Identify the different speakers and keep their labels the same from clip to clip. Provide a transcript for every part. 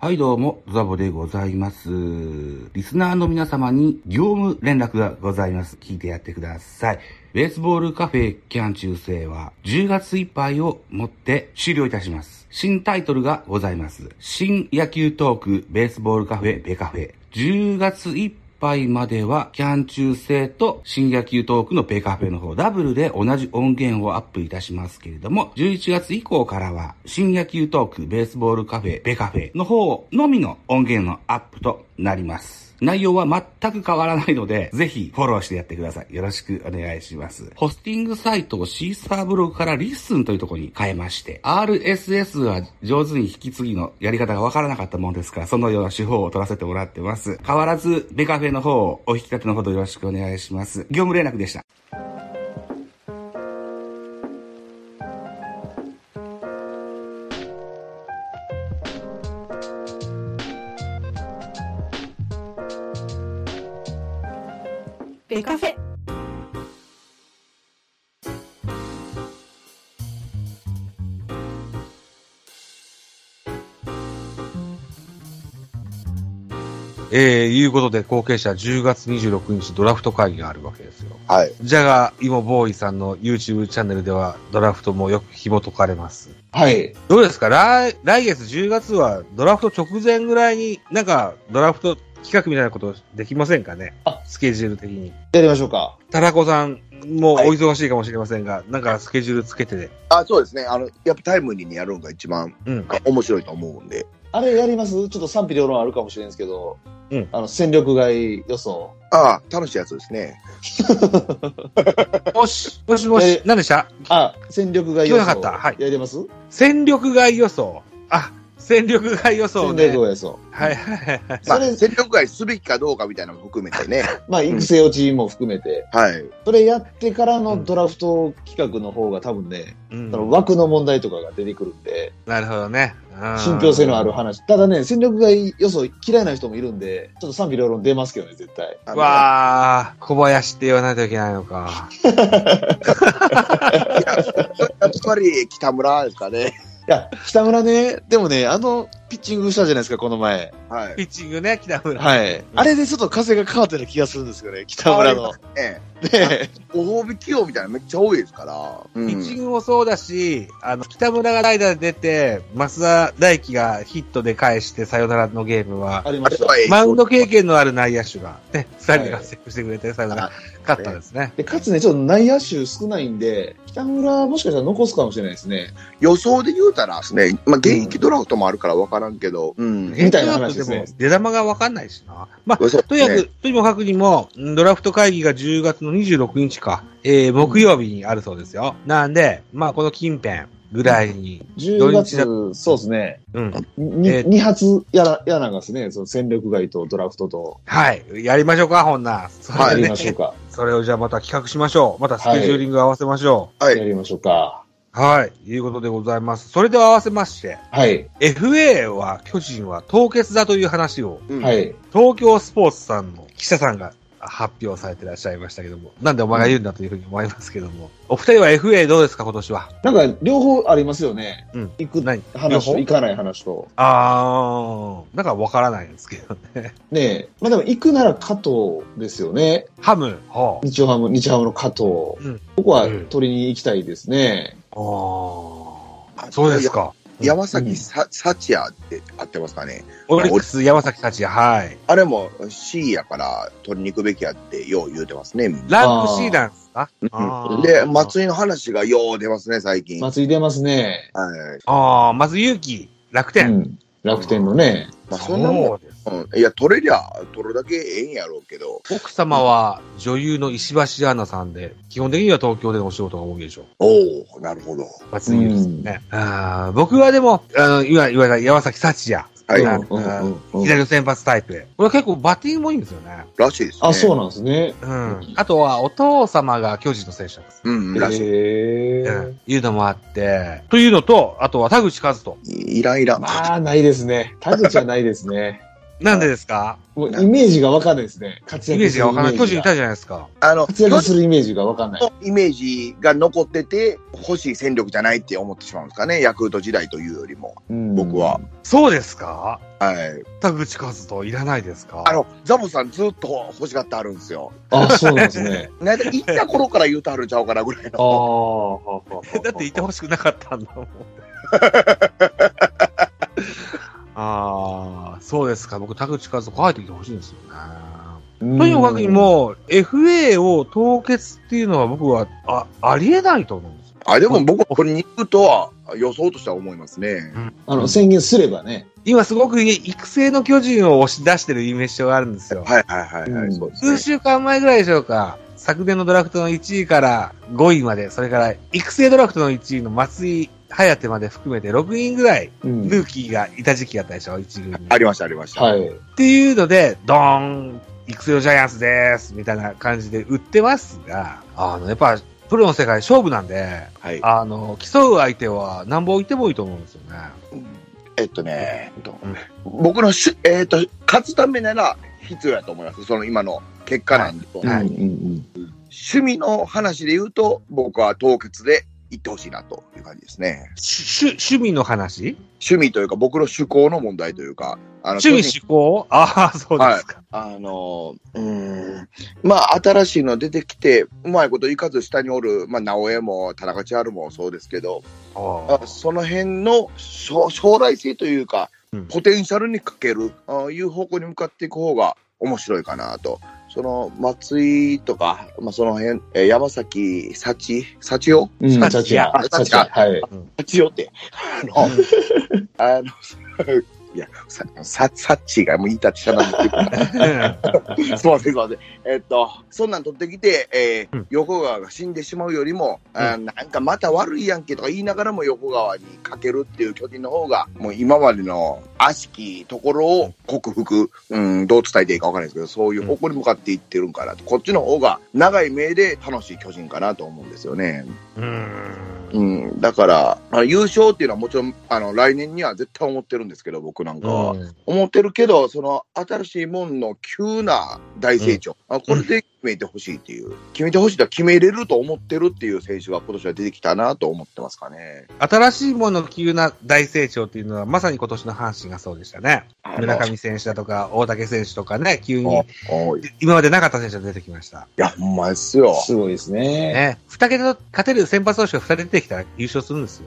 Speaker 1: はいどうも、ザボでございます。リスナーの皆様に業務連絡がございます。聞いてやってください。ベースボールカフェキャン中世は10月いっぱいをもって終了いたします。新タイトルがございます。新野球トークベースボールカフェベカフェ。10月いっぱいいっぱいまでは、キャン中制と新野球トークのペカフェの方、ダブルで同じ音源をアップいたしますけれども、11月以降からは、新野球トーク、ベースボールカフェ、ペカフェの方のみの音源のアップとなります。内容は全く変わらないので、ぜひフォローしてやってください。よろしくお願いします。ホスティングサイトをシーサーブログからリッスンというところに変えまして、RSS は上手に引き継ぎのやり方がわからなかったもんですから、そのような手法を取らせてもらってます。変わらず、ベカフェの方をお引き立てのほどよろしくお願いします。業務連絡でした。
Speaker 2: ベカフェ
Speaker 3: えー、いうことで、後継者10月26日ドラフト会議があるわけですよ。
Speaker 4: はい。
Speaker 3: じゃが、今、ボーイさんの YouTube チャンネルでは、ドラフトもよく紐解かれます。
Speaker 4: はい。
Speaker 3: どうですか来、来月10月は、ドラフト直前ぐらいに、なんか、ドラフト企画みたいなことできませんかね
Speaker 4: あ
Speaker 3: スケジュール的に。
Speaker 4: やりましょうか。
Speaker 3: タラコさん、もうお
Speaker 4: はい
Speaker 3: 忙しいかもしれませんが、なんかスケジュールつけてね。
Speaker 4: あ、そうですね。あの、やっぱタイムリーにやるのが一番
Speaker 3: うん。
Speaker 4: 面白いと思うんで。
Speaker 5: あれやりますちょっと賛否両論あるかもしれんすけど、
Speaker 3: うん
Speaker 5: あの戦力外予想。
Speaker 4: ああ、楽しいやつですね。
Speaker 3: もし、もしも
Speaker 5: え
Speaker 3: し、何でした
Speaker 5: あ、戦力外予想。
Speaker 3: 聞こえなかったはい
Speaker 5: やります
Speaker 3: 戦力外予想。あ、戦力外予想
Speaker 5: 戦
Speaker 3: ね。
Speaker 5: 力外予想。
Speaker 3: はいはいはいはい。
Speaker 4: まあ、
Speaker 5: それ
Speaker 4: 戦力外すべきかどうかみたいなのも含めて ね。
Speaker 5: まあ、育成落ちも含めて、
Speaker 4: はい。
Speaker 5: それやってからのドラフト企画の方が多分ね、
Speaker 3: うん
Speaker 5: その枠の問題とかが出てくるんで、
Speaker 3: なるほどね。うん
Speaker 5: 信憑性のある話。ただね、戦力外予想嫌いな人もいるんで、ちょっと賛否両論出ますけどね、絶対。
Speaker 4: あの
Speaker 3: わあ、小林って言わないといけないのか。
Speaker 4: いややっぱり北村ですかね。
Speaker 5: いや、北村ね、でもね、あの、ピッチングしたじゃないですか、この前。
Speaker 4: はい。
Speaker 3: ピッチングね、北村。
Speaker 5: はい。あれでちょっと風が変わったような気がするんですよね、北村の。
Speaker 4: ね、
Speaker 5: ね
Speaker 4: ご褒美起用みたいなのめっちゃ多いですから。う
Speaker 3: ピッチン
Speaker 4: ん。
Speaker 3: グもそうだし、あの、北村が代打で出て、増田大輝がヒットで返してサヨナラのゲームは、
Speaker 5: あり
Speaker 4: あ
Speaker 5: ま
Speaker 4: れ
Speaker 5: した。
Speaker 4: はええ
Speaker 3: マウンド経験のある内野手が、ね、二人で活躍してくれて、サヨナラ
Speaker 4: は、
Speaker 3: 勝ったんですね。
Speaker 5: で、かつね、ちょっと内野手少ないんで、北村もしかしたら残すかもしれないですね。
Speaker 4: 予想で言うたらですね、まあ、現役ドラフトもあるから分からんけど、うん。
Speaker 5: みたいな話ですね
Speaker 3: ヘッドアウトでも出玉がわかんないしな。まあ、
Speaker 4: そう
Speaker 3: とにか
Speaker 4: ね
Speaker 3: く、とにもかくにも、んドラフト会議が10月の26日か、えー、木曜日にあるそうですよ。なんで、まあ、この近辺ぐらいに、
Speaker 5: 10月
Speaker 3: 土、
Speaker 5: そうですね。
Speaker 3: うん、
Speaker 5: に
Speaker 3: えー
Speaker 5: 二発やら、やらなんですね。その戦力外とドラフトと。
Speaker 3: はい。やりましょうか、ほんならそれ,、
Speaker 4: は
Speaker 5: や
Speaker 4: い
Speaker 5: りましょうか。
Speaker 3: それをじゃあまた企画しましょう。またスケジューリング合わせましょ
Speaker 4: は
Speaker 5: や
Speaker 4: い。
Speaker 5: りましょうか。
Speaker 3: う。はい。い、うことでございます。それでは合わせまして、
Speaker 5: はい。
Speaker 3: FA は巨人は凍結だという話を、
Speaker 4: うん
Speaker 5: は。い。
Speaker 3: 東京スポーツさんの記者さんが発表されてらっしゃいましたけども、なんでお前が言うんだというふうに思いますけども、お二人は FA どうですか、今年は。
Speaker 5: なんか、両方ありますよね。
Speaker 3: うん
Speaker 5: 行く
Speaker 3: 何両
Speaker 5: 話
Speaker 3: 方
Speaker 5: と行かない話と。
Speaker 3: あー、なんかわからないんですけどね。
Speaker 5: ねえ。まあでも、行くなら加藤ですよね。
Speaker 3: ハム、ほう。
Speaker 5: 日ハム、日ハムの加藤。
Speaker 3: うん
Speaker 5: ここは取りに行きたいですね。
Speaker 3: あーそうですか。
Speaker 4: や山崎さ幸也って合ってますかね。
Speaker 3: オリックス、山崎たち、はい。
Speaker 4: あれも C やから取りに行くべきやってよう言うてますね、みんな
Speaker 3: ランク C なんですかあ
Speaker 4: う
Speaker 3: ー
Speaker 4: んで、松井の話がよう出ますね、最近。
Speaker 5: 松井出ますね。
Speaker 4: はい。
Speaker 3: ああ、まず勇気、楽
Speaker 5: う
Speaker 3: 天。
Speaker 5: ん。楽天のね。
Speaker 4: まあ、そんなもん、
Speaker 3: です。
Speaker 4: うん、いや、取れりゃ、取るだけええんやろうけど。
Speaker 3: 奥様は女優の石橋アンナさんで、基本的には東京でのお仕事が多いでしょう。
Speaker 4: おおなるほど。
Speaker 3: 松井ゆりさんね。あー僕はでも、あの、いわゆる山崎幸也。
Speaker 4: はい。
Speaker 3: うん
Speaker 5: うんうん
Speaker 3: 左の先発タイプで。これは結構バッティングもいいんですよね。
Speaker 4: らしいですね。
Speaker 5: あ、そうなんですね。
Speaker 3: うん。あとは、お父様が巨人の選手なんです。
Speaker 4: うん、らしい。
Speaker 5: へえ
Speaker 3: うん。いうのもあって、というのと、あとは田口和人。
Speaker 4: いいらんいらん。
Speaker 5: まあ、ないですね。田口はないですね。
Speaker 3: なんでですか
Speaker 5: もうイメージがわかんないですね。活
Speaker 3: イ
Speaker 5: 躍
Speaker 3: メー
Speaker 5: す
Speaker 3: ジ
Speaker 5: る
Speaker 3: がわかんない。巨人い
Speaker 5: イメージが
Speaker 3: たじゃないですか。
Speaker 4: あの、
Speaker 5: 活躍するイメージがわかんない。
Speaker 4: のイメージが残ってて、欲しい戦力じゃないって思ってしまうんですかね、ヤクルト時代というよりも、
Speaker 5: うん
Speaker 4: 僕は。。
Speaker 3: そうですか
Speaker 4: はい。
Speaker 3: 田口和人いらないですか
Speaker 4: あの、ザボさんずっと欲しがってあるんですよ。
Speaker 5: あ、そうなんです ね。
Speaker 4: なんか行った頃から言うてあるんちゃうかなぐらい
Speaker 5: ああ。
Speaker 4: の。
Speaker 3: だっていてほしくなかったんだも ん。ああ、そうですか。僕、田口和人帰ってきてほしいんですよね。
Speaker 5: うん
Speaker 3: とにかくもう、FA を凍結っていうのは僕は、あ、ありえないと思うんですよ。
Speaker 4: あ、でも僕はこれに行くとは予想としては思いますね。
Speaker 5: あの、宣言すればね。
Speaker 3: 今すごく育成の巨人を押し出してるイメージがあるんですよ。
Speaker 4: はいはいはいはい、
Speaker 5: うん
Speaker 4: そうですね
Speaker 3: 数。週間前ぐらいでしょうか。昨年のドラフトの1位から5位まで、それから育成ドラフトの1位の松井颯まで含めて6人ぐらい、
Speaker 5: うん
Speaker 3: ルーキーがいた時期があったでしょ、1軍に。
Speaker 4: ありましたありました。
Speaker 5: はい。
Speaker 3: っていうので、ドーン、育成用ジャイアンツです、みたいな感じで売ってますが、あの、やっぱ、プロの世界勝負なんで、
Speaker 4: はい
Speaker 3: あの、競う相手は何本いてもいいと思うんですよね。
Speaker 4: えっとね、えっと
Speaker 3: うん
Speaker 4: 僕のし、えっと、勝つためなら必要やと思います。その今の結果なんで。
Speaker 3: はい
Speaker 5: うんうん
Speaker 4: 趣味の話で言うと、僕は凍結で行ってほしいなという感じですね。
Speaker 3: しゅ、趣味の話
Speaker 4: 趣味というか、僕の趣向の問題というか、あの
Speaker 3: 趣味
Speaker 4: 巨人
Speaker 3: 嗜好ああ、そうですか。
Speaker 4: あの、うーん、まあ、新しいの出てきて、うまいこといかず下におる、まあ、直江も田中千春もそうですけど、
Speaker 3: あ
Speaker 4: あその辺の将将来性というか
Speaker 3: うん、
Speaker 4: ポテンシャルにかける、あいう方向に向かっていく方が面白いかなと。その松井とか、まあ、その辺、えー山崎幸、幸男
Speaker 5: うん。うん。
Speaker 3: 幸也
Speaker 5: 幸也
Speaker 4: あ
Speaker 5: 幸
Speaker 4: 幸
Speaker 5: 也はい。
Speaker 4: 幸男って。あの、あの、いや、さ、さ、サッチーがもう言いたってしゃべってる。
Speaker 3: あ。
Speaker 4: すいません、すいません。えっと、そんなん取ってきて、えー
Speaker 3: うん
Speaker 4: 横川が死んでしまうよりも、あーなんかまた悪いやんけとか言いながらも横川にかけるっていう巨人の方が、もう今までの悪しきところを克服、うん、どう伝えていいかわからないですけど、そういう方向に向かっていってるんかなと。こっちの方が長い目で楽しい巨人かなと思うんですよね。
Speaker 3: うーん。
Speaker 4: うん、だから、あの優勝っていうのはもちろん、あの、来年には絶対思ってるんですけど、僕なんかは。
Speaker 3: うん
Speaker 4: 思ってるけど、その新しいもんの急な大成長、あこれで決めてほしいっていう、決めてほしいとは決めれると思ってるっていう選手が今年は出てきたなと思ってますかね。
Speaker 3: 新しいものの急な大成長っていうのは、まさに今年の阪神がそうでしたね。
Speaker 4: あの
Speaker 3: 村上選手だとか、大竹選手とかね、急に、
Speaker 4: おいい
Speaker 3: 今までなかった選手が出てきました。
Speaker 4: や、ほんまですよ。
Speaker 5: すごいですね。
Speaker 3: ね、二桁の勝てる先発投手が二人出てきたら優勝するんですよ。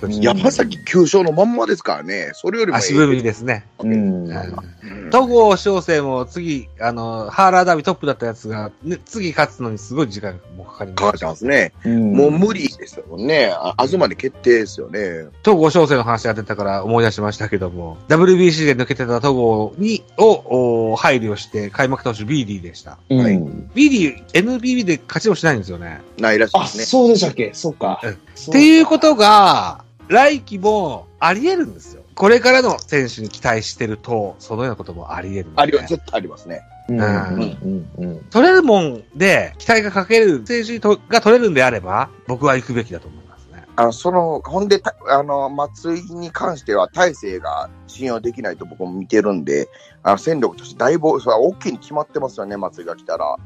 Speaker 3: 巨人
Speaker 4: 山崎9勝のまんまですからね、それよりも
Speaker 3: 足踏みですね。
Speaker 5: うん。
Speaker 4: うん
Speaker 3: 戸郷翔征も次、あの、ハーラーダービートップだったやつが、ね、次勝つのにすごい時間がもうかかり
Speaker 4: かか
Speaker 3: ま
Speaker 4: っ
Speaker 3: してた
Speaker 4: ま。すね。もう無理ですよね。あ東で決定ですよね。
Speaker 3: 戸郷翔征の話が出たから思い出しましたけども、WBC で抜けてた戸郷に、を、お配慮して、開幕投手ビーディでした。
Speaker 5: うん。
Speaker 4: はい
Speaker 3: ビーディ、NBB で勝ちもしないんですよね。
Speaker 4: ないらしいで
Speaker 5: あ、
Speaker 4: すね。
Speaker 5: そうでしたっけそっか。
Speaker 3: うん
Speaker 5: っ
Speaker 3: っていうことが、来季もあり得るんですよ。これからの選手に期待してると、そのようなこともあり得るんで。
Speaker 4: ありは絶対ありますね。
Speaker 5: うん
Speaker 3: う
Speaker 5: うんんうん
Speaker 3: 取れるもんで、期待がかける選手にとが取れるんであれば、僕は行くべきだと思いますね。
Speaker 4: あの、その、ほんで、たあの、松井に関しては、大勢が信用できないと僕も見てるんで、あの、戦力としてだいぶ、それは大きいに決まってますよね、松井が来たら。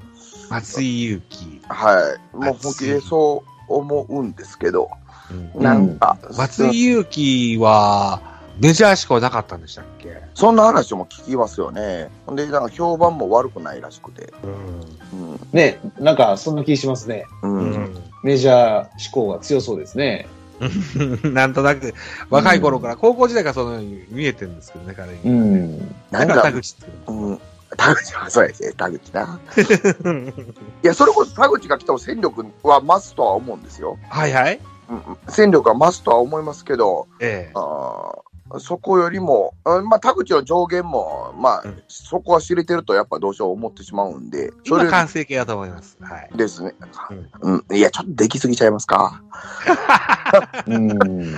Speaker 3: 松井裕樹。
Speaker 4: はい。もう本気でそう思うんですけど、
Speaker 3: うん
Speaker 4: なんか、
Speaker 3: 松井裕樹は、メジャー志向なかったんでしたっけ
Speaker 4: そんな話も聞きますよね。ほんで、なんか評判も悪くないらしくて。
Speaker 3: うん。
Speaker 4: うん。
Speaker 5: ね、なんか、そんな気しますね。
Speaker 4: うん。
Speaker 5: メジャー志向が強そうですね。
Speaker 3: なんとなく、若い頃から、高校時代からそのように見えてるんですけどね、彼に。
Speaker 5: ん。
Speaker 4: な
Speaker 3: だ
Speaker 4: ん
Speaker 3: から田
Speaker 4: か、
Speaker 3: 口っていうの
Speaker 4: うん。田口は、そうやね、田口な。いや、それこそ田口が来ても戦力は増すとは思うんですよ。
Speaker 3: はいはい。
Speaker 4: うんうん。戦力は増すとは思いますけど、
Speaker 3: ええ。
Speaker 4: あーそこよりも、あまあ、田口の上限も、まあ、
Speaker 3: うん
Speaker 4: そこは知れてると、やっぱどうしよう思ってしまうんで、そ
Speaker 3: 今
Speaker 4: れ
Speaker 3: 完成形だと思います。はい。
Speaker 4: ですね、うん。いや、ちょっとできすぎちゃいますか。
Speaker 5: うん。
Speaker 3: でも、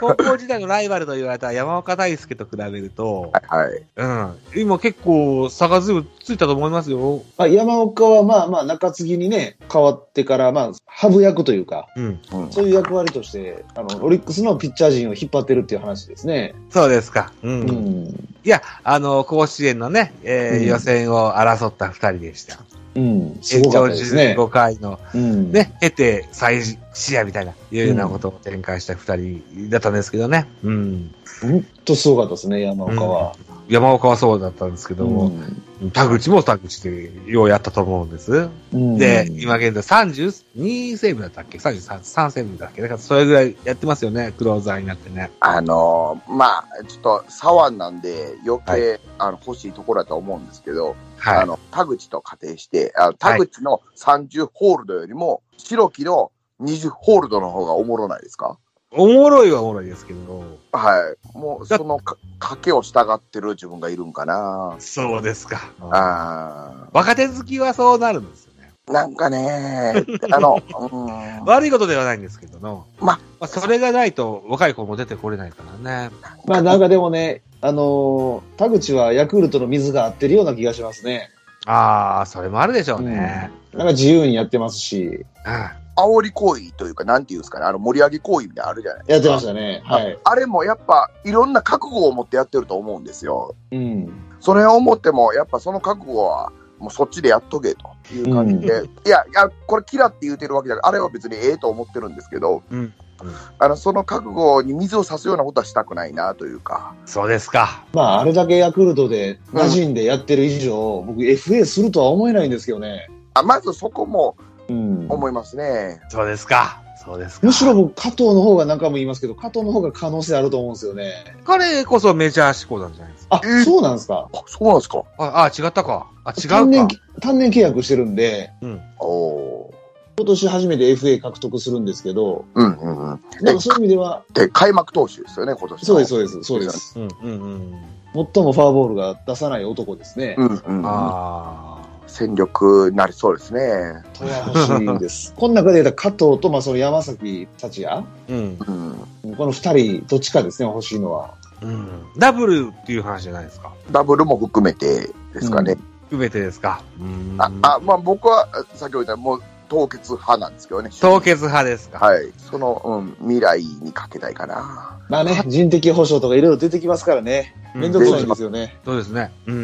Speaker 3: 高校時代のライバルと言われた山岡大輔と比べると、
Speaker 4: はい。
Speaker 3: うん、今結構差がずいぶんついたと思いますよ。
Speaker 5: まあ、山岡はまあまあ中継ぎにね、変わってから、まあ、ハブ役というか、
Speaker 3: うん。
Speaker 4: うん
Speaker 5: そういう役割として、あの、オリックスのピッチャー陣を引っ張ってるっていう話ですね。
Speaker 3: そうですか。う。
Speaker 5: うんん。
Speaker 3: いや、あの、甲子園のね、えー
Speaker 5: うん
Speaker 3: 予選を争った二人でした。
Speaker 5: うん。すごかったです
Speaker 3: 延
Speaker 5: ね。
Speaker 3: 長15回の
Speaker 5: うん。
Speaker 3: ね、得て再試合みたいな、いうようなことを展開した二人だったんですけどね。うん。
Speaker 5: ほんとすごかったですね、山岡は。
Speaker 3: 山岡はそうだったんですけど
Speaker 5: う
Speaker 3: も、
Speaker 5: ん
Speaker 3: 田口も田口でようやったと思うんです。
Speaker 5: うん
Speaker 3: で、今現在32セーブだったっけ ?33、3セーブだっけだからそれぐらいやってますよね、クローザーになってね。
Speaker 4: あのーまあ、ちょっと、左腕なんで、余計、あの、欲しいところだと思うんですけど、
Speaker 3: は
Speaker 4: あ
Speaker 3: い。
Speaker 4: の、田口と仮定して、あの田口の30ホールドよりも、白木の20ホールドの方がおもろないですか
Speaker 3: おもろいはおもろいですけど、
Speaker 4: はい。もう、そのか、賭けを従ってる自分がいるんかな。
Speaker 3: そうですか。
Speaker 4: あ
Speaker 3: 若手好きはそうなるんですよね。
Speaker 4: ーなんかね、 あの、うん、
Speaker 3: 悪いことではないんですけども。
Speaker 4: ま
Speaker 3: あ、それがないと若い子も出てこれないからね。
Speaker 5: まあなんかでもね、あのー田口はヤクルトの水が合ってるような気がしますね。
Speaker 3: ああ、それもあるでしょうね。
Speaker 5: なんか自由にやってますし、
Speaker 3: う
Speaker 4: 煽り行為というか、なんていうんですかね、あの、盛り上げ行為みたいなのあるじゃない
Speaker 5: やってましたね。はい。
Speaker 4: あれもやっぱ、いろんな覚悟を持ってやってると思うんですよ。
Speaker 5: うん。
Speaker 4: それを思っても、やっぱその覚悟は、もうそっちでやっとけという感じで、いや、いや、これ、キラって言うてるわけじゃなくあれは別にええと思ってるんですけど、
Speaker 3: ん。うん。
Speaker 4: あのその覚悟に水を差すようなことはしたくないなというか、
Speaker 3: そうですか。
Speaker 5: まああれだけヤクルトで馴染んでやってる以上、僕 FA するとは思えないんですけどね。
Speaker 4: あまずそこも
Speaker 5: うん。
Speaker 4: 思いますね。
Speaker 3: そうですか。そうですか。
Speaker 5: むしろ僕、加藤の方が何回も言いますけど、加藤の方が可能性あると思うんですよね。
Speaker 3: 彼こそメジャー志向なんじゃないですか。
Speaker 5: あ、
Speaker 4: え
Speaker 5: そうなんですか。
Speaker 4: あそうなんですか。
Speaker 3: ああ、違ったか。あ、違うか。
Speaker 5: 単年、単年契約してるんで、
Speaker 4: おお
Speaker 5: 今年初めて FA 獲得するんですけど、
Speaker 4: ー。うんうんうん。
Speaker 5: だからそういう意味では、
Speaker 4: で、開幕投手ですよね、今年の。
Speaker 5: そうです、そうです、そうです。
Speaker 3: うんうんうん。
Speaker 5: 最もフォアボールが出さない男ですね。
Speaker 4: うんうん。
Speaker 3: あ
Speaker 4: 戦力になりそうですね。
Speaker 5: これは欲しいんです。この中で言ったら加藤と、まあ、その山崎達也、
Speaker 3: あ。うん。
Speaker 4: うん。
Speaker 5: この二人、どっちかですね、欲しいのは。
Speaker 3: うん。ダブルっていう話じゃないですか。
Speaker 4: ダブルも含めてですかね。
Speaker 3: 含めてですか。うん
Speaker 4: あ、あ、まあ僕は、あ先ほど言った、もう凍結派なんですけどね。
Speaker 3: 凍結派ですか。
Speaker 4: はい。その、うん、未来にかけたいかな。
Speaker 5: まあね、人的保障とかいろいろ出てきますからね。
Speaker 3: うん
Speaker 5: めんどくさいんですよね。
Speaker 3: そうですね。うん。
Speaker 5: う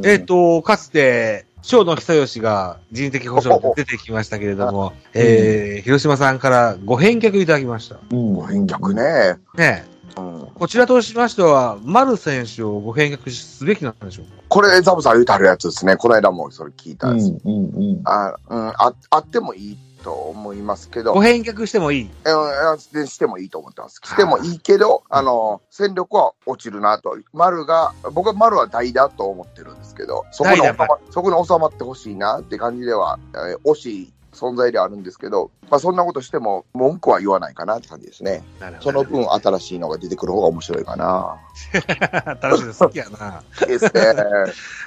Speaker 5: ん
Speaker 3: えっ、と、かつて、小野久義が人的保障で出てきましたけれども、えー、広島さんからご返却いただきました。
Speaker 5: うん
Speaker 4: ご返却。ね。
Speaker 3: ねえ
Speaker 4: うん。
Speaker 3: こちらとしましては、丸選手をご返却すべきなんでしょうか
Speaker 4: これ、ザブさん言うてあるやつですね。この間もそれ聞いうたん
Speaker 5: ん、
Speaker 4: で
Speaker 5: う
Speaker 4: す。
Speaker 5: ん、うん。
Speaker 4: あ、うん、あ、あってもいいと思いますけど、
Speaker 3: ご返却してもいい。
Speaker 4: えーでしてもいいと思ってます。してもいいけど、あの、戦力は落ちるなと。丸が、僕は丸は代だと思ってるんですけど、そこに収
Speaker 3: 代だ
Speaker 4: まそこに収まってほしいなって感じでは、えー惜しい存在ではあるんですけど、まあそんなことしても文句は言わないかなって感じですね。
Speaker 3: なる
Speaker 4: その 分新しいのが出てくる方が面白いかな。
Speaker 3: 楽しいです。好きやな。
Speaker 4: ですね。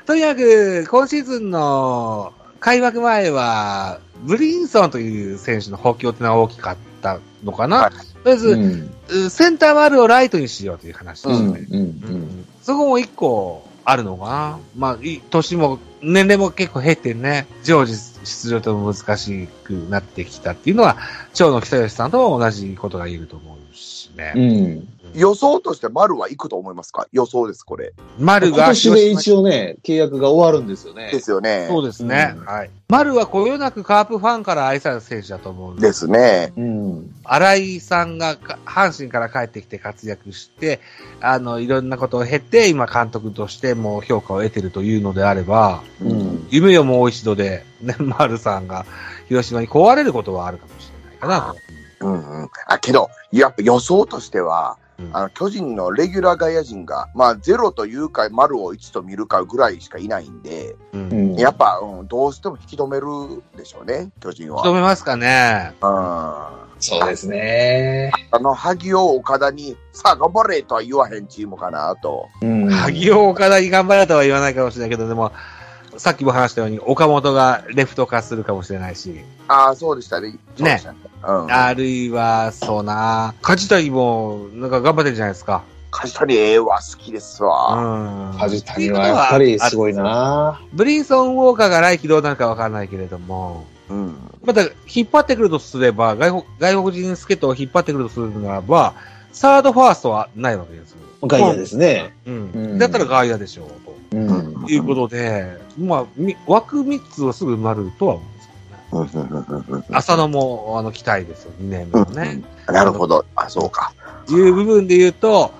Speaker 3: とにかく、今シーズンの開幕前は、ブリンソンという選手の補強ってのは大きかったのかな、
Speaker 4: はい
Speaker 3: とりあえ
Speaker 5: う
Speaker 3: ず、
Speaker 5: ん、
Speaker 3: センター丸をライトにしようという話で
Speaker 5: うん、う
Speaker 3: す
Speaker 5: ん
Speaker 3: ね。
Speaker 5: うん。
Speaker 3: そこも一個あるのかなまあ、い年も、年齢も結構減ってね、常時出場とも難しくなってきたっていうのは、長野久義さんとも同じことが言えると思うし
Speaker 5: う
Speaker 3: ね。
Speaker 5: ん。
Speaker 4: 予想として丸はいくと思いますか予想です、これ。
Speaker 3: 丸
Speaker 5: 今
Speaker 3: が
Speaker 5: 年
Speaker 3: 広島
Speaker 5: で
Speaker 3: に、
Speaker 5: 一応ね、契約が終わるんですよね
Speaker 4: で。すよね。
Speaker 3: そうですね。
Speaker 5: うん
Speaker 3: はい。丸はこよなくカープファンから愛される選手だと思うんです
Speaker 4: ですね。
Speaker 5: うん。
Speaker 3: 新井さんがか阪神から帰ってきて活躍して、あの、いろんなことを経て、今監督としても評価を得てるというのであれば、
Speaker 5: うん。
Speaker 3: 夢よもう一度で、 ね、丸さんが広島に壊れることはあるかもしれないかな。
Speaker 4: うんうん。あ、けど、やっぱ予想としては、
Speaker 3: うん
Speaker 4: あの、巨人のレギュラー外野陣が、まあ、ゼロというか、丸を1と見るかぐらいしかいないんで、
Speaker 3: うん。
Speaker 5: うん
Speaker 4: やっぱ、うん、どうしても引き止めるでしょうね、巨人は。
Speaker 3: 認めますかね
Speaker 4: うん。
Speaker 5: そうですね。
Speaker 4: あの、萩尾岡田に、さあ頑張れとは言わへんチームかなと。
Speaker 5: うん
Speaker 3: 萩尾岡田に頑張れとは言わないかもしれないけど、でも、さっきも話したように、岡本がレフト化するかもしれないし、
Speaker 4: ああ、そうでしたね。そうでしたね。うん。
Speaker 3: あるいは、そうな、梶谷も、なんか頑張ってるじゃないですか。
Speaker 4: 梶谷絵は好きですわ。
Speaker 3: うん。
Speaker 5: 梶谷はやっぱりすごいな
Speaker 3: ブリンソン・ウォーカーが来季どうなるかわからないけれども、
Speaker 4: うん。
Speaker 3: また、引っ張ってくるとすれば、外国外国人助っ人を引っ張ってくるとするならば、サード、ファーストはないわけですよ。
Speaker 5: ガイアですね。
Speaker 3: う。
Speaker 5: うんん
Speaker 3: だったら外野でしょう、
Speaker 5: う。
Speaker 4: うんん
Speaker 3: ということで、まあ、み枠3つはすぐ埋まるとは思うんですけどね。浅野も、あの、期待ですよ、2年目のね。
Speaker 4: なるほど。あ、そうか。
Speaker 3: いう部分で言うと、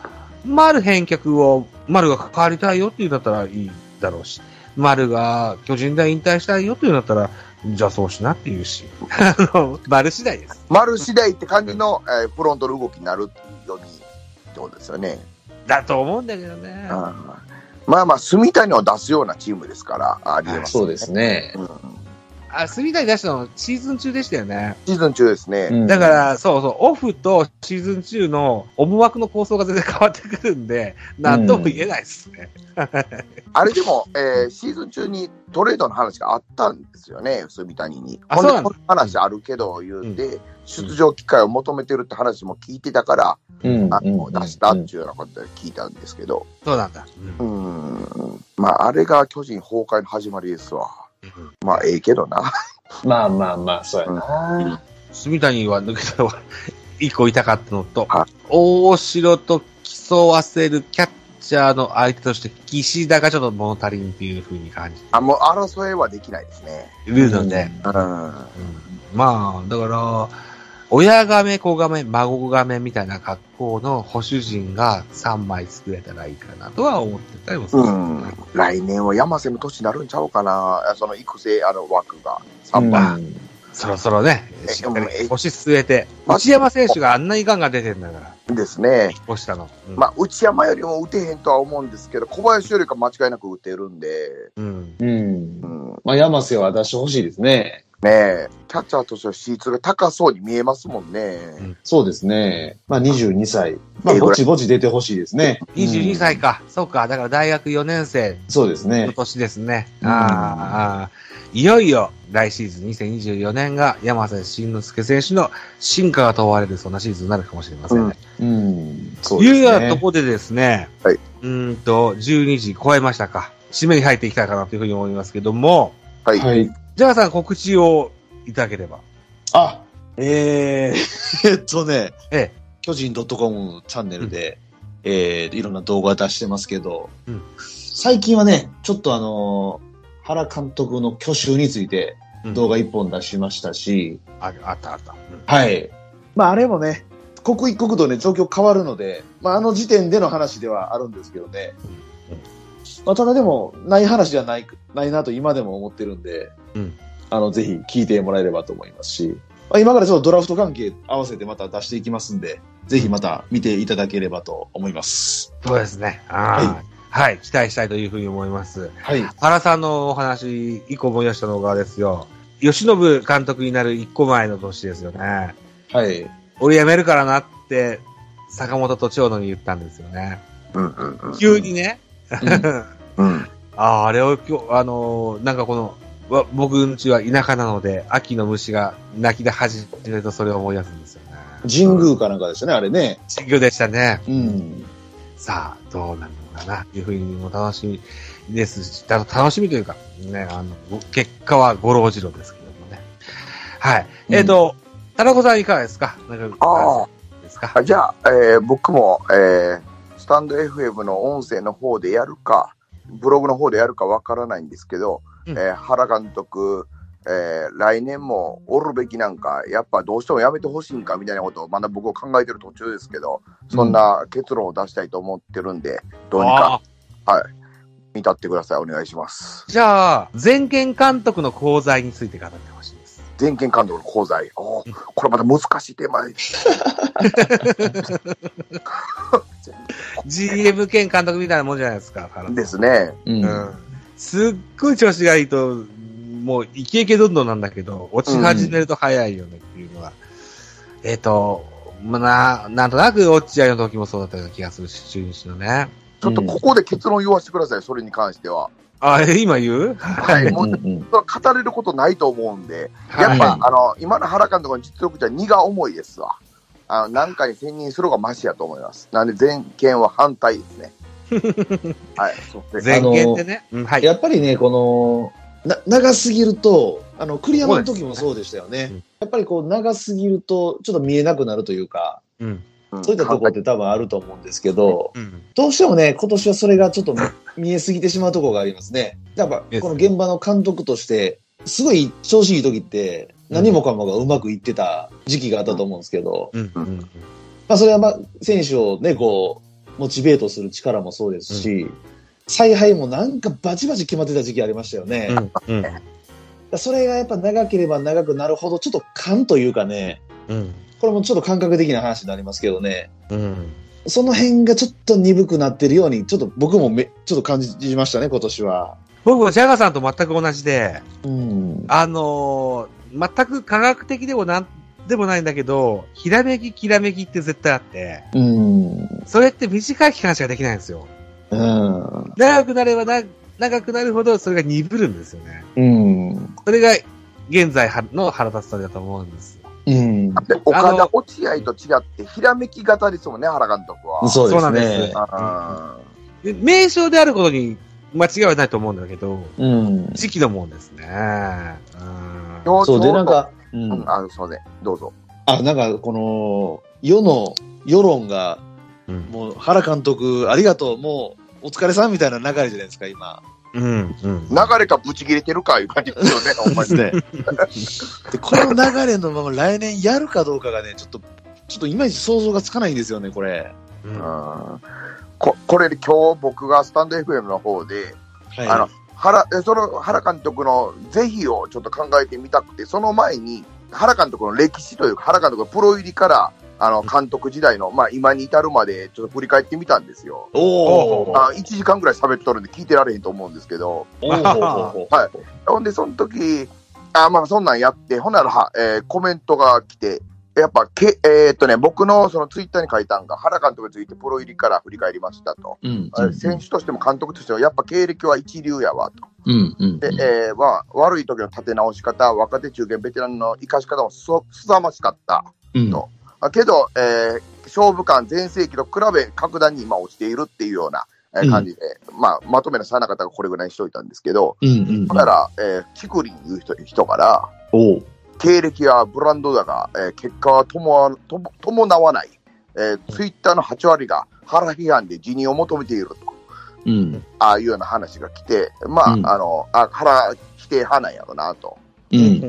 Speaker 3: 丸返却を、丸が関わりたいよっていうんだったらいいだろうし、丸が巨人で引退したいよっていうんだったら、じゃあそうしなっていうし、 あの、丸次第です。
Speaker 4: 丸次第って感じの、えーフロントの動きになるっていうように、ってことですよね。
Speaker 3: だと思うんだけどね。
Speaker 4: あーまあまあ、住谷を出すようなチームですから、ありえます、
Speaker 5: そうですね。
Speaker 4: うん
Speaker 3: あ、住谷出したのシーズン中でしたよね。
Speaker 4: シーズン中ですね。
Speaker 5: うん
Speaker 3: だか、ら、そうそう、オフとシーズン中の思惑の構想が全然変わってくるんで、なんとも言えないですね。
Speaker 4: あれでも、えーシーズン中にトレードの話があったんですよね、住谷に。
Speaker 3: あ
Speaker 4: ほんで
Speaker 3: そうなんだ
Speaker 4: この話あるけど言うて、出場機会を求めてるって話も聞いてたから、
Speaker 5: うん
Speaker 4: あの出した
Speaker 5: う
Speaker 4: っ
Speaker 5: ん
Speaker 4: ていうようなことで聞いたんですけど、
Speaker 3: そうなんだ。
Speaker 4: うーん、まあ、あれが巨人崩壊の始まりですわ。まあ、ええけどな。
Speaker 5: まあまあまあ、そうやな。
Speaker 3: 住谷は抜けたのは、一個痛かったのと
Speaker 4: は、
Speaker 3: 大城と競わせるキャッチャーの相手として、岸田がちょっと物足りんっていう風に感じ
Speaker 4: あ、もう争いはできないですね。
Speaker 3: てるので、
Speaker 4: うん。は
Speaker 3: うんまあ、だから、親亀、子亀、孫亀みたいな格好の保守陣が3枚作れたらいいかなとは思ってたりもする。
Speaker 4: うん来年は山瀬の年になるんちゃうかな。その育成、あの、枠が。3番。
Speaker 5: うん
Speaker 3: そろそろね、
Speaker 4: え
Speaker 3: しっか
Speaker 4: で
Speaker 3: り
Speaker 4: もえ
Speaker 3: 腰据えて、
Speaker 4: まあ
Speaker 3: 内山選手があんなにガンガン出てんだから、
Speaker 4: ですね。
Speaker 3: 押したの。うん
Speaker 4: まあ、内山よりも打てへんとは思うんですけど、小林よりか間違いなく打てるんで、
Speaker 3: うん。
Speaker 5: うん
Speaker 4: う。ん。
Speaker 5: まあ、山瀬は出してほしいですね。
Speaker 4: ねえ、キャッチャーとしては C2 が高そうに見えますもんね。
Speaker 5: そうですね。まあ、22歳。ま
Speaker 4: え
Speaker 5: あ、
Speaker 4: え
Speaker 5: ぼちぼち出てほしいですね。
Speaker 3: 22
Speaker 5: う
Speaker 3: 歳
Speaker 5: ん。
Speaker 3: か。そうか。だから大学4年生
Speaker 5: そうです
Speaker 3: の
Speaker 5: ね。
Speaker 3: 年ですね。
Speaker 5: うん
Speaker 3: あーあー、いよいよ来シーズン2024年が山瀬慎之介選手の進化が問われるそんなシーズンになるかもしれませんね。
Speaker 5: うん。そうで
Speaker 3: い
Speaker 5: すね。
Speaker 3: うようなとこでですね、
Speaker 4: はいう
Speaker 3: ーんと、12時超えましたか。締めに入っていきたいかなというふうに思いますけども、
Speaker 4: はい。
Speaker 5: はい。
Speaker 3: ジャガさん告知をいただければ。
Speaker 5: あ、えー、えっ とね、
Speaker 3: ええ
Speaker 5: 巨人 .com チャンネルで、えーいろんな動画出してますけど、
Speaker 3: うん
Speaker 5: 最近はね、ちょっとあのー原監督の去就について
Speaker 3: うん
Speaker 5: 動画一本出しましたし、
Speaker 3: ああったあった。うん
Speaker 5: はい。まあ、あれもね、刻一刻とね、状況変わるので、まあ、あの時点での話ではあるんですけどね。
Speaker 3: うんうん
Speaker 5: まあ、ただでも、ない話ではない、ないなと今でも思ってるんで、
Speaker 3: うん
Speaker 5: あの、ぜひ聞いてもらえればと思いますし、まあ、今からちょっとドラフト関係合わせてまた出していきますんで、ぜひまた見ていただければと思います。
Speaker 3: そうですね。あーはい。期待したいというふうに思います。
Speaker 5: はい。
Speaker 3: 原さんのお話、一個思い出したのがですよ。吉信監督になる一個前の年ですよね。
Speaker 5: はい。
Speaker 3: 俺辞めるからなって、坂本と長野に言ったんですよね。
Speaker 4: うんうんうん。
Speaker 3: 急にね。
Speaker 5: うん
Speaker 4: うん。
Speaker 3: ああ、あれを今日、あのーなんかこの、わ僕んちは田舎なので、秋の虫が泣き出始めるとそれを思い出すんですよね。
Speaker 5: 神宮かなんかですよね、あれね。
Speaker 3: 授業でしたね。
Speaker 5: うん。
Speaker 3: さあ、どうなるのかな、というふうにも楽しみですし、た楽しみというか、ね、あの、ご結果は五郎次郎ですけどもね。はい。
Speaker 5: うん
Speaker 3: えっ、と、田中さんいかがですかなんか
Speaker 4: あ
Speaker 3: ですか
Speaker 4: あ、じゃあ、えー僕も、えースタンド FM の音声の方でやるか、ブログの方でやるかわからないんですけど、
Speaker 3: うん
Speaker 4: えー原監督、えー来年もおるべきなんか、やっぱどうしてもやめてほしいんかみたいなことを、まだ僕は考えてる途中ですけど、そんな結論を出したいと思ってるんで、どうに
Speaker 3: あ
Speaker 4: か
Speaker 3: あ
Speaker 4: 見立ってください。お願いします。
Speaker 3: じゃあ、全権監督の功罪について語ってほしいです。
Speaker 4: 全権監督の功罪。おーこれまた難しいテーマです。
Speaker 3: GM 兼監督みたいなもんじゃないですか、原さん
Speaker 4: ですね。
Speaker 5: うん。
Speaker 3: うんすっごい調子がいいと、もうイケイケどんどんなんだけど、落ち始めると早いよねっていうのは。えっ、と、まあ、な、なんとなく落合の時もそうだったような気がするし、中日のね。
Speaker 4: ちょっとここで結論言わせてください。それに関しては。
Speaker 3: あ、え今言う
Speaker 4: はい。もう
Speaker 5: うんうん
Speaker 4: 語れることないと思うんで、やっぱ、
Speaker 5: はい
Speaker 4: あの、今の原監督の実力じゃ荷が重いですわ。あの、何かに専任するのがマシやと思います。なんで、全件は反対です ね。はい、そうですね。
Speaker 3: 前言ってね。うん、はい。
Speaker 5: やっぱりね、この、な長すぎると、あの、栗山の時もそうでしたよね。
Speaker 3: うん
Speaker 5: やっぱりこう、長すぎると、ちょっと見えなくなるというか、
Speaker 3: うん。
Speaker 4: ん
Speaker 5: そういったところって多分あると思うんですけど、
Speaker 3: うん。
Speaker 5: どうしてもね、今年はそれがちょっと 見えすぎてしまうところがありますね。やっぱ、
Speaker 3: です
Speaker 5: この現場の監督として、すごい調子いい時って、何もかもがうまくいってた時期があったと思うんですけど、
Speaker 3: うん。うん。
Speaker 5: まあ、それはまあ、選手をね、こう、モチベートする力もそうですし、采配もなんかバチバチ決まってた時期ありましたよね。
Speaker 3: うん。うん。
Speaker 5: それがやっぱ長ければ長くなるほど、ちょっと勘というかね、
Speaker 3: うん。
Speaker 5: これもちょっと感覚的な話になりますけどね、
Speaker 3: うん。
Speaker 5: その辺がちょっと鈍くなってるように、ちょっと僕もめちょっと感じましたね、今年は。
Speaker 3: 僕はジャガーさんと全く同じで、
Speaker 5: うん。
Speaker 3: あのー全く科学的でもなんでもないんだけど、ひらめき、きらめきって絶対あって、
Speaker 5: うん。
Speaker 3: それって短い期間しかできないんですよ。
Speaker 5: うん。
Speaker 3: 長くなればな、長くなるほどそれが鈍るんですよね。
Speaker 5: うん。
Speaker 3: それが現在はの腹立つさだと思うんです。
Speaker 5: うん。
Speaker 4: で岡
Speaker 3: あ
Speaker 4: 田
Speaker 3: の
Speaker 4: 落合と違って、ひらめき型ですもんね、原監督は。
Speaker 5: そうです
Speaker 3: そうなんで
Speaker 5: ね
Speaker 3: す。
Speaker 4: あ
Speaker 3: で名称であることに間違いはないと思うんだけど、
Speaker 5: うん。
Speaker 3: 時期のもんですね。うん
Speaker 4: ーちょ
Speaker 5: そうで、
Speaker 4: ちょ
Speaker 5: なんか、う
Speaker 4: うんん、。あの、すいません。どうぞ。
Speaker 5: あ、なんかこの、世の、世論が、
Speaker 3: うん。
Speaker 5: もう原監督、ありがとう、もう、お疲れさんみたいな流れじゃないですか、今。
Speaker 3: うん。うん
Speaker 4: 流れかブチ切れてるかいう感じですよね、お前。
Speaker 5: ね。で、この流れのまま来年やるかどうかがね、ちょっと、ちょっといまいち想像がつかないんですよね、これ。
Speaker 3: うん
Speaker 4: うんここれで今日僕がスタンド FM の方で、
Speaker 5: はい。
Speaker 4: あの、原、えその原監督の是非をちょっと考えてみたくて、その前に、原監督の歴史というか、原監督のプロ入りから、あの、監督時代の、まあ、今に至るまで、ちょっと振り返ってみたんですよ。
Speaker 5: おーおー
Speaker 4: あ1時間ぐらい喋っとるんで聞いてられへんと思うんですけど、
Speaker 5: おーおー
Speaker 4: はいほんで、その時、あまあ、そんなんやって、ほんなら、えーコメントが来て、やっぱけ、えーっとね、僕のそのツイッターに書いたんが、原監督についてプロ入りから振り返りましたと。
Speaker 5: うん
Speaker 4: あ選手としても監督としても、やっぱ経歴は一流やわと。
Speaker 5: うんうん
Speaker 4: で、えーは悪い時の立て直し方、若手、中堅、ベテランの生かし方もすすさましかった。
Speaker 5: うん
Speaker 4: とあけど、えー勝負感、全盛期と比べ、格段に今落ちているっていうような、えー
Speaker 5: うん
Speaker 4: 感じで、まあ、まとめのさな方がこれぐらいにしといたんですけど、
Speaker 5: うんうん
Speaker 4: だから、えー、キクリンいう人人から、
Speaker 5: おー
Speaker 4: 経歴やブランドだが、えー結果は伴わとも伴わない、えー、ツイッターの8割が腹批判で辞任を求めていると。
Speaker 5: うん
Speaker 4: ああいうような話が来て、まあ、
Speaker 5: うん
Speaker 4: あの、あ、腹否定派なんやろなと。
Speaker 5: うんうん
Speaker 4: うん
Speaker 5: う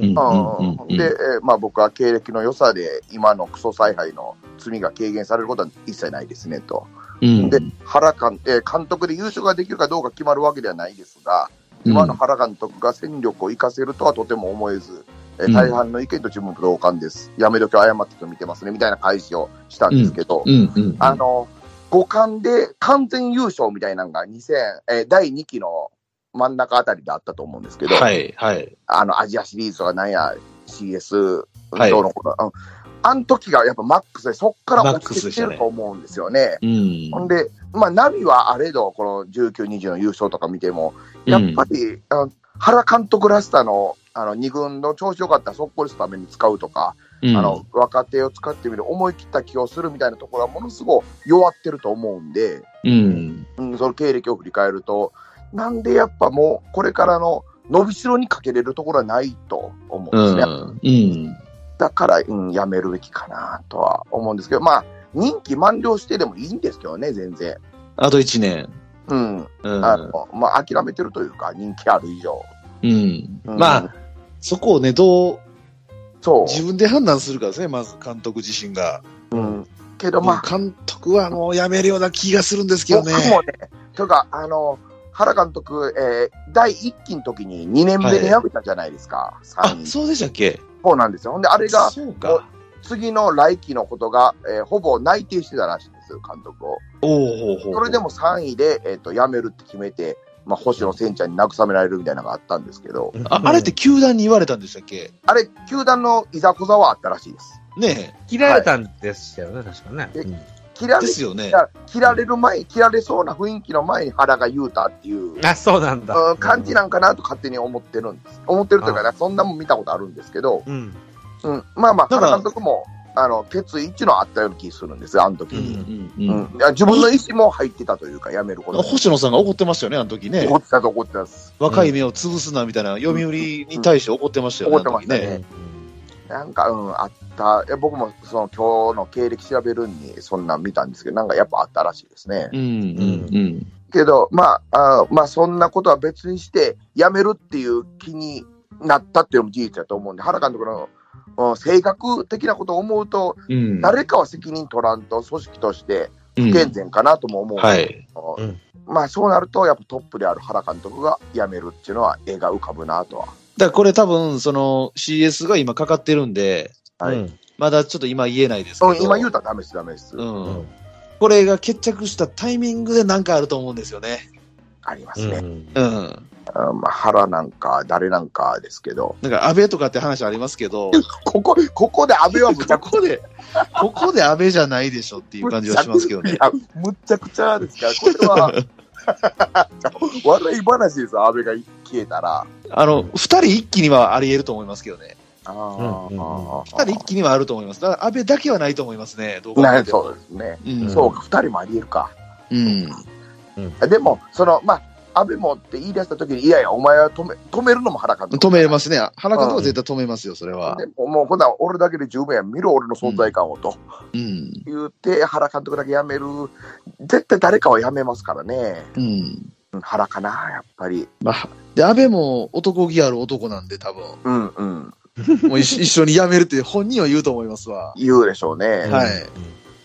Speaker 5: ん
Speaker 4: で、えーまあ僕は経歴の良さで、今のクソ采配の罪が軽減されることは一切ないですねと。
Speaker 5: うん
Speaker 4: で、原監、えー監督で優勝ができるかどうか決まるわけではないですが、今の原監督が戦力を生かせるとはとても思えず、えー
Speaker 5: うん
Speaker 4: 大半の意見と自分と同感です。やめ時は誤ってと見てますね、みたいな開始をしたんですけど、
Speaker 5: うんうん
Speaker 4: あの、五冠で完全優勝みたいなのが2000、えー第2期の真ん中あたりであったと思うんですけど、
Speaker 5: はいはい
Speaker 4: あの、アジアシリーズとかなんや、CS、
Speaker 5: はい
Speaker 4: どうのこうの、うんあの時がやっぱマックスで、そっから
Speaker 5: マッ
Speaker 4: 落
Speaker 5: ク
Speaker 4: ち
Speaker 5: ス
Speaker 4: て
Speaker 5: で
Speaker 4: き
Speaker 5: してたね
Speaker 4: ると思うんですよね。
Speaker 5: うん
Speaker 4: ほんで、まあ、ナビはあれど、この19、20の優勝とか見ても、やっぱり、あの原監督らしさの、あの、二軍の調子良かったら速攻率のために使うとか、
Speaker 5: うん
Speaker 4: あの、若手を使ってみる、思い切った気をするみたいなところはものすごい弱ってると思うんで、
Speaker 5: うん
Speaker 4: うん、その経歴を振り返ると、なんでやっぱもう、これからの伸びしろにかけれるところはないと思う
Speaker 5: うん
Speaker 4: ですね。
Speaker 5: んうん
Speaker 4: だから、うん、やめるべきかなとは思うんですけど、まあ、任期満了してでもいいんですけどね、全然。
Speaker 5: あと1年
Speaker 4: うん。
Speaker 5: うん
Speaker 4: あの、まあ、諦めてるというか、人気ある以上。
Speaker 5: うん
Speaker 4: うん
Speaker 5: まあそこをねどう
Speaker 4: そう。
Speaker 5: 自分で判断するかですねまず監督自身が
Speaker 4: うん。けど、まあ、
Speaker 5: 監督はもうやめるような気がするんですけど
Speaker 4: 僕
Speaker 5: ね。
Speaker 4: もね、というか、あの、原監督、えー第1期の時に2年目で辞めたじゃないですか、
Speaker 5: あ
Speaker 4: 三、人。
Speaker 5: そうでしたっけ
Speaker 4: そうなんですよ。ほんで、あれが、
Speaker 5: そうか。
Speaker 4: 次の来期のことが、えーほぼ内定してたらしいんですよ、監督を。
Speaker 5: おうほうほう。
Speaker 4: それでも3位で、えっ、と、辞めるって決めて、まあ、星野千ちゃんに慰められるみたいなのがあったんですけど、
Speaker 5: あ、あれって球団に言われたんでしたっけ
Speaker 4: あれ、球団のいざこざはあったらしいです。
Speaker 5: ね
Speaker 3: 切られたんでしたよね、確かね。
Speaker 4: え
Speaker 3: うん
Speaker 4: 切ら
Speaker 5: で
Speaker 4: れ、
Speaker 5: すよね。
Speaker 4: 切られる前、切られそうな雰囲気の前に原が言うたっていう。
Speaker 3: あ、そうなんだ。
Speaker 4: うん感じなんかなと勝手に思ってるんです。思ってるというか、そんなもん見たことあるんですけど、
Speaker 3: うん。
Speaker 4: うん、まあまあ、
Speaker 5: だから
Speaker 4: 原監督も、あの、決意一のあったような気するんですよ、あの時
Speaker 5: う
Speaker 4: に。
Speaker 5: ん
Speaker 4: う
Speaker 5: うんん。
Speaker 4: いや自分の意思も入ってたというか、やめることに。
Speaker 5: 星野さんが怒ってましたよね、あの時ね
Speaker 4: 怒。ってたと怒ってたです。
Speaker 5: 若い目を潰すなみたいな、読売に対して怒ってましたよ
Speaker 4: う
Speaker 5: ね。
Speaker 4: ん
Speaker 5: あの時
Speaker 4: 怒ってま
Speaker 5: ね。
Speaker 4: なんか、うん、あった。いや僕も、その、今日の経歴調べるに、そんなん見たんですけど、なんかやっぱあったらしいですね
Speaker 5: う。んうんうん。
Speaker 4: けど、まあ、あーまあ、そんなことは別にして、やめるっていう気になったっていうのも事実だと思うんで、原監督の、うん性格的なことを思うと、
Speaker 5: うん
Speaker 4: 誰かは責任取らんと、組織として
Speaker 5: う
Speaker 4: 不
Speaker 5: ん
Speaker 4: 健全かなとも思う、
Speaker 5: はい。
Speaker 3: うん
Speaker 4: まあそうなると、やっぱトップである原監督が辞めるっていうのは、絵が浮かぶなとは。
Speaker 5: だからこれ多分、その CS が今かかってるんで、
Speaker 4: はい
Speaker 3: うん
Speaker 5: まだちょっと今言えないですけ
Speaker 4: う
Speaker 5: ど。
Speaker 4: ん、今言うたらダメです、ダメです。
Speaker 5: う
Speaker 3: うん
Speaker 5: ん。これが決着したタイミングで何かあると思うんですよね。
Speaker 4: ありま
Speaker 3: う
Speaker 4: すね。
Speaker 3: ん。
Speaker 5: うん。
Speaker 4: あまあ原なんか、誰なんかですけど、
Speaker 5: なんか安倍とかって話ありますけど、
Speaker 4: ここ、ここで安倍はむちゃ
Speaker 5: こ
Speaker 4: くち
Speaker 5: こで、ここで安倍じゃないでしょっていう感じはしますけど
Speaker 4: ゃ、い
Speaker 5: ね。
Speaker 4: やむちゃくちゃですから、これは、 笑い話ですよ、安倍が消えたら。
Speaker 5: あの、二人一気にはあり得ると思いますけどね。
Speaker 4: あ
Speaker 3: うんうんうん
Speaker 4: ー
Speaker 5: 二人一気にはあると思います。だから安倍だけはないと思いますね、どう考
Speaker 4: な
Speaker 5: え
Speaker 4: ん
Speaker 5: て
Speaker 4: かそ
Speaker 5: も。
Speaker 4: うですね。
Speaker 5: うん
Speaker 4: そうか、二人もあり得るか。
Speaker 5: うん。
Speaker 4: でも、その、まあ、安倍もって言い出したときに、いやいや、お前は止め止めるのも原監督。
Speaker 5: 止めれますね。原監督は絶対止めますよ、それは
Speaker 4: で。ももうこんなん俺だけで十分や、見ろ、俺の存在感をと
Speaker 5: うん。
Speaker 4: 言って、原監督だけ辞める、絶対誰かは辞めますからね、
Speaker 5: うん。
Speaker 4: うん原かな、やっぱり。
Speaker 5: まあ、で、安倍も男気ある男なんで、 多分。
Speaker 4: うんうん、
Speaker 5: もう一一緒に辞めるって本人は言うと思いますわ。
Speaker 4: 言うでしょうね。
Speaker 5: はい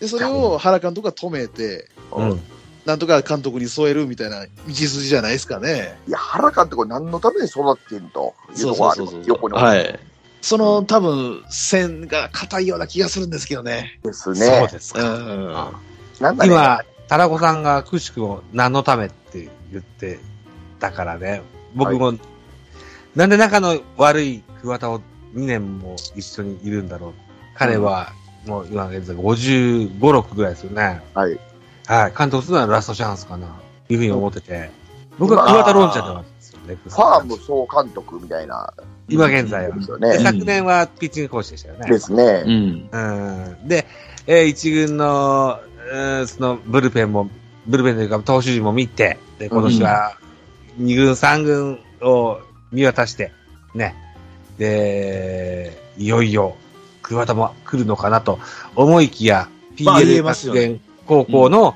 Speaker 5: で、それを原監督が止めて、
Speaker 3: うん。うん。
Speaker 5: なんとか監督に添えるみたいな道筋じゃないですかね。
Speaker 4: いや、原監督、何のために育ってんというとこはある横に置い
Speaker 5: はい。その多分線が硬いような気がするんですけどね。
Speaker 4: てです
Speaker 3: そう
Speaker 4: ね。
Speaker 3: です
Speaker 5: う
Speaker 3: か。
Speaker 5: ん。
Speaker 4: なんだね、
Speaker 3: 今、タラコさんがくしくも何のためって言ってたからね、僕も、なんで仲の悪い桑田を2年も一緒にいるんだろう。彼は、もう今現在55、6ぐらいですよね。
Speaker 4: はい。
Speaker 3: はい。監督するのはラストチャンスかな、いうふうに思ってて。僕は桑田ロンちゃんなわけですよね。
Speaker 4: ファーム総監督みたいな
Speaker 3: 今現在は
Speaker 4: で。すよ
Speaker 3: で
Speaker 4: ね。
Speaker 3: 昨年はピッチングコーチでしたよね。
Speaker 4: ですね。
Speaker 5: ん。
Speaker 3: うんで、えー一軍の、うんその、ブルペンも、ブルペンというか、投手陣も見て、で、今年は、二軍、三軍を見渡して、ね、で、いよいよ、桑田も来るのかなと思いきや、
Speaker 5: まあ言え
Speaker 3: PL
Speaker 5: ます
Speaker 3: 学
Speaker 5: よね
Speaker 3: 園高校の、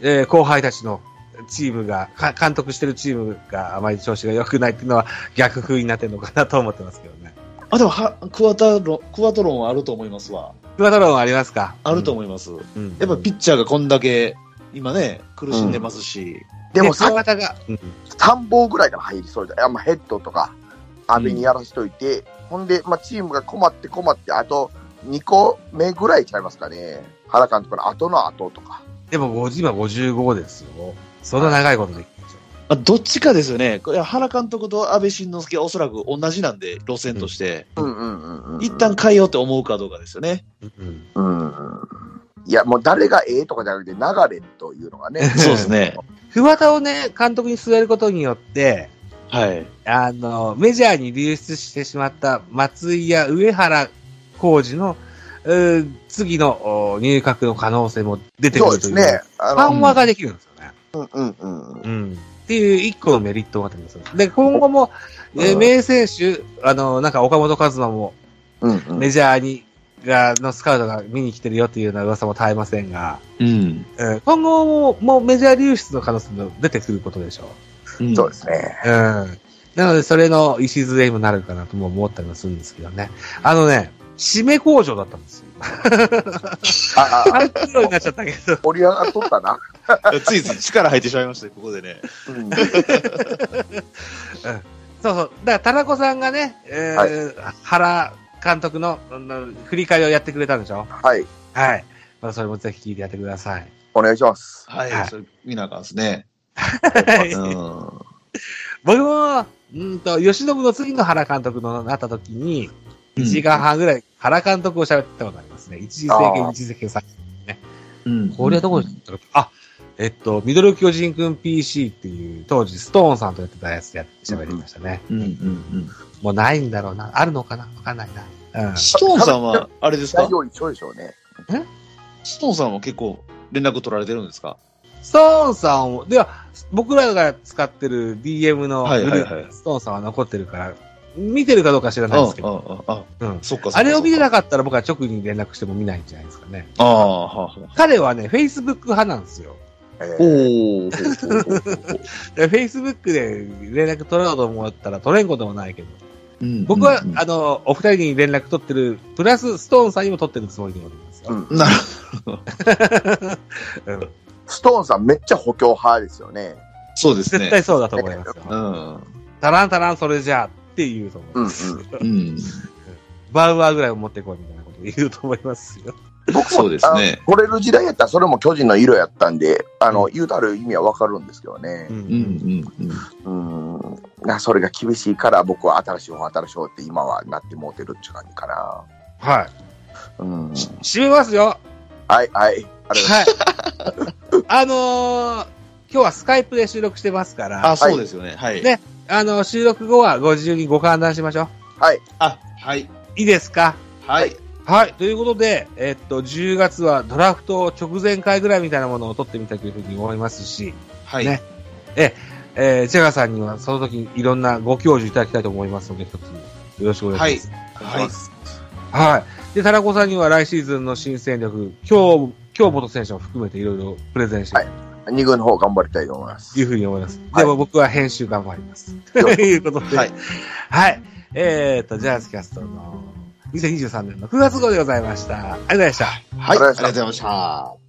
Speaker 3: えー後輩たちのチームが、か監督してるチームがあまり調子が良くないっていうのは逆風になってるのかなと思ってますけどね。
Speaker 5: あ、でもは、クワタロン、クワトロンはあると思いますわ。
Speaker 3: 桑田論ありますか
Speaker 5: あると思います。
Speaker 3: うん。
Speaker 5: やっぱピッチャーがこんだけ、今ね、苦しんでますし。
Speaker 4: でもさっき
Speaker 3: 桑田が、うん
Speaker 4: 3本ぐらいから入りそうだ。あまあ、ヘッドとか、阿部にやらしといて、ほんで、まあ、チームが困って困って、あと2個目ぐらいちゃいますかね。原監督の後の後とか。
Speaker 3: でも50今55ですよ。そんな長いことできるでし
Speaker 5: まあ、どっちかですよね。これ原監督と安倍晋之助はおそらく同じなんで、路線として。
Speaker 4: うんうんうん、うん。
Speaker 5: 一旦、変えようって思うかどうかですよね。
Speaker 3: ょ。うん。
Speaker 4: うんうん。いや、もう誰がええとかじゃなくて、流れというのがね。
Speaker 5: そうですね。
Speaker 3: 桑田をね、監督に据えることによって、
Speaker 5: はい。
Speaker 3: あの、メジャーに流出してしまった松井や上原浩二の、うー次のお入閣の可能性も出てく
Speaker 4: そう
Speaker 3: る
Speaker 4: で
Speaker 3: と
Speaker 4: す
Speaker 3: いう。
Speaker 4: ね。あの、
Speaker 3: 緩和ができるんですよね。
Speaker 4: うんうん。
Speaker 3: うん。っていう一個のメリットがあったんですよ。で、今後も、え
Speaker 4: う
Speaker 3: ー
Speaker 4: ん
Speaker 3: 名選手、あの、なんか岡本和真も
Speaker 4: うんうん。
Speaker 3: メジャーに、が、のスカウトが見に来てるよっていうような噂も絶えませんが、
Speaker 5: うん。
Speaker 3: うん今後ももうメジャー流出の可能性も出てくることでしょ
Speaker 4: そうですね。
Speaker 3: う。うん。なので、それの礎にもなるかなとも思ったりもするんですけどね。あのね、締め工場だったん ですよ。
Speaker 4: あ、あ、
Speaker 3: あれ、黒になっちゃったけど。
Speaker 4: 盛り上がっとったな。
Speaker 5: ついつい力入ってしまいましたね、ここでね。
Speaker 4: うん。
Speaker 3: そうそう。だから、田中さんがね、えー原監督のうん振り返りをやってくれたんでしょ
Speaker 4: はい。
Speaker 3: はい。まあ、それもぜひ聞いてやってください。
Speaker 4: お願いします。
Speaker 5: はい。
Speaker 3: はい
Speaker 5: それ見なあかんですね。うん。
Speaker 3: 僕も、うんと、吉信の次の原監督のなった時に、1時間半ぐらい原監督を喋ったことありますね。一時政権、
Speaker 4: あー
Speaker 3: 一時政権さんね。
Speaker 5: うん
Speaker 3: これはどこでしたっけあ、えっと、ミドル巨人くん PC っていう、当時ストーンさんとやってたやつでやって喋りましたね。
Speaker 5: うんうんうん。
Speaker 3: もうないんだろうな。あるのかなわかんないな。うん。
Speaker 5: ストーンさんは、あれです
Speaker 4: 材
Speaker 5: か
Speaker 4: 料一緒でしょうね。
Speaker 5: ストーンさんは結構連絡取られてるんですか
Speaker 3: ストーンさんを、では、僕らが使ってる DM の
Speaker 5: はい
Speaker 3: グ
Speaker 5: はい
Speaker 3: ル
Speaker 5: はい
Speaker 3: ープ、ストーンさんは残ってるから、見てるかどうか知らないですけ
Speaker 5: あ
Speaker 3: ど、
Speaker 5: あ、ああ、
Speaker 3: うん。
Speaker 5: そっかそっか。
Speaker 3: あれを見てな
Speaker 5: か
Speaker 3: かったら僕は直に連絡しても見ないんじゃないですかね。
Speaker 5: ああ、はあはあ。
Speaker 3: 彼はね、Facebook 派なんですよ。
Speaker 4: えー
Speaker 5: おー。
Speaker 3: で Facebook で連絡取ろうと思ったら取れんこともないけど、
Speaker 5: うん
Speaker 3: 僕は、
Speaker 5: うんうん
Speaker 3: あの、お二人に連絡取ってる、プラスストーンさんにも取ってるつもりでおりますよ。
Speaker 4: うん
Speaker 5: なる
Speaker 3: うん
Speaker 4: ストーンさんめっちゃ補強派ですよね。
Speaker 5: そうです
Speaker 3: 絶
Speaker 5: ね。
Speaker 3: 対そうだと思いますよ。
Speaker 5: うん。
Speaker 3: タランタランそれじゃあって言うと思い
Speaker 4: うんう
Speaker 3: ま
Speaker 4: ん
Speaker 3: す。
Speaker 5: うん。
Speaker 3: バウアーぐらいを持ってこいみたいなこと言うと思いますよ。
Speaker 5: そうですね。
Speaker 4: 取れる時代やったらそれも巨人の色やったんで、あの、言うたる意味はわかるんですけどね。
Speaker 5: うんうんう
Speaker 4: う
Speaker 5: ん。
Speaker 4: ん。なそれが厳しいから僕は新しい方新しい方って今はなってもうてるっていう感じかな。
Speaker 3: は
Speaker 4: うん。は
Speaker 3: い。
Speaker 4: い
Speaker 3: 締めますよ。
Speaker 4: はい。ありがとうございます。
Speaker 3: はい。あのー今日はスカイプで収録してますから、
Speaker 5: あ、
Speaker 3: あ、
Speaker 5: そうですよね。はい。
Speaker 3: ねの、収録後はご自由にご勘談しましょう。
Speaker 5: あ、はい。
Speaker 3: いいですか
Speaker 5: はい。
Speaker 3: はい。ということで、えっと、10月はドラフト直前回ぐらいみたいなものを取ってみたいというふうに思いますし、
Speaker 5: はい。
Speaker 3: ねえー、ジェガーさんにはその時にいろんなご教授いただきたいと思いますので、一つよろしくお願いします。
Speaker 5: はい。
Speaker 3: はい。で、タラコさんには来シーズンの新戦力、今日、今日元選手も含めていろいろプレゼンしていく
Speaker 4: 二軍の方頑張りたいと思います
Speaker 3: と。いうふうに思います。
Speaker 4: はい
Speaker 3: でも僕は編集頑張ります。と
Speaker 4: よ
Speaker 3: いうことで、は
Speaker 5: はいい。
Speaker 3: えー、っと、ジャーズキャストの2023年の9月号でございました。ありがとうございました。
Speaker 5: はい。ありがとうございました。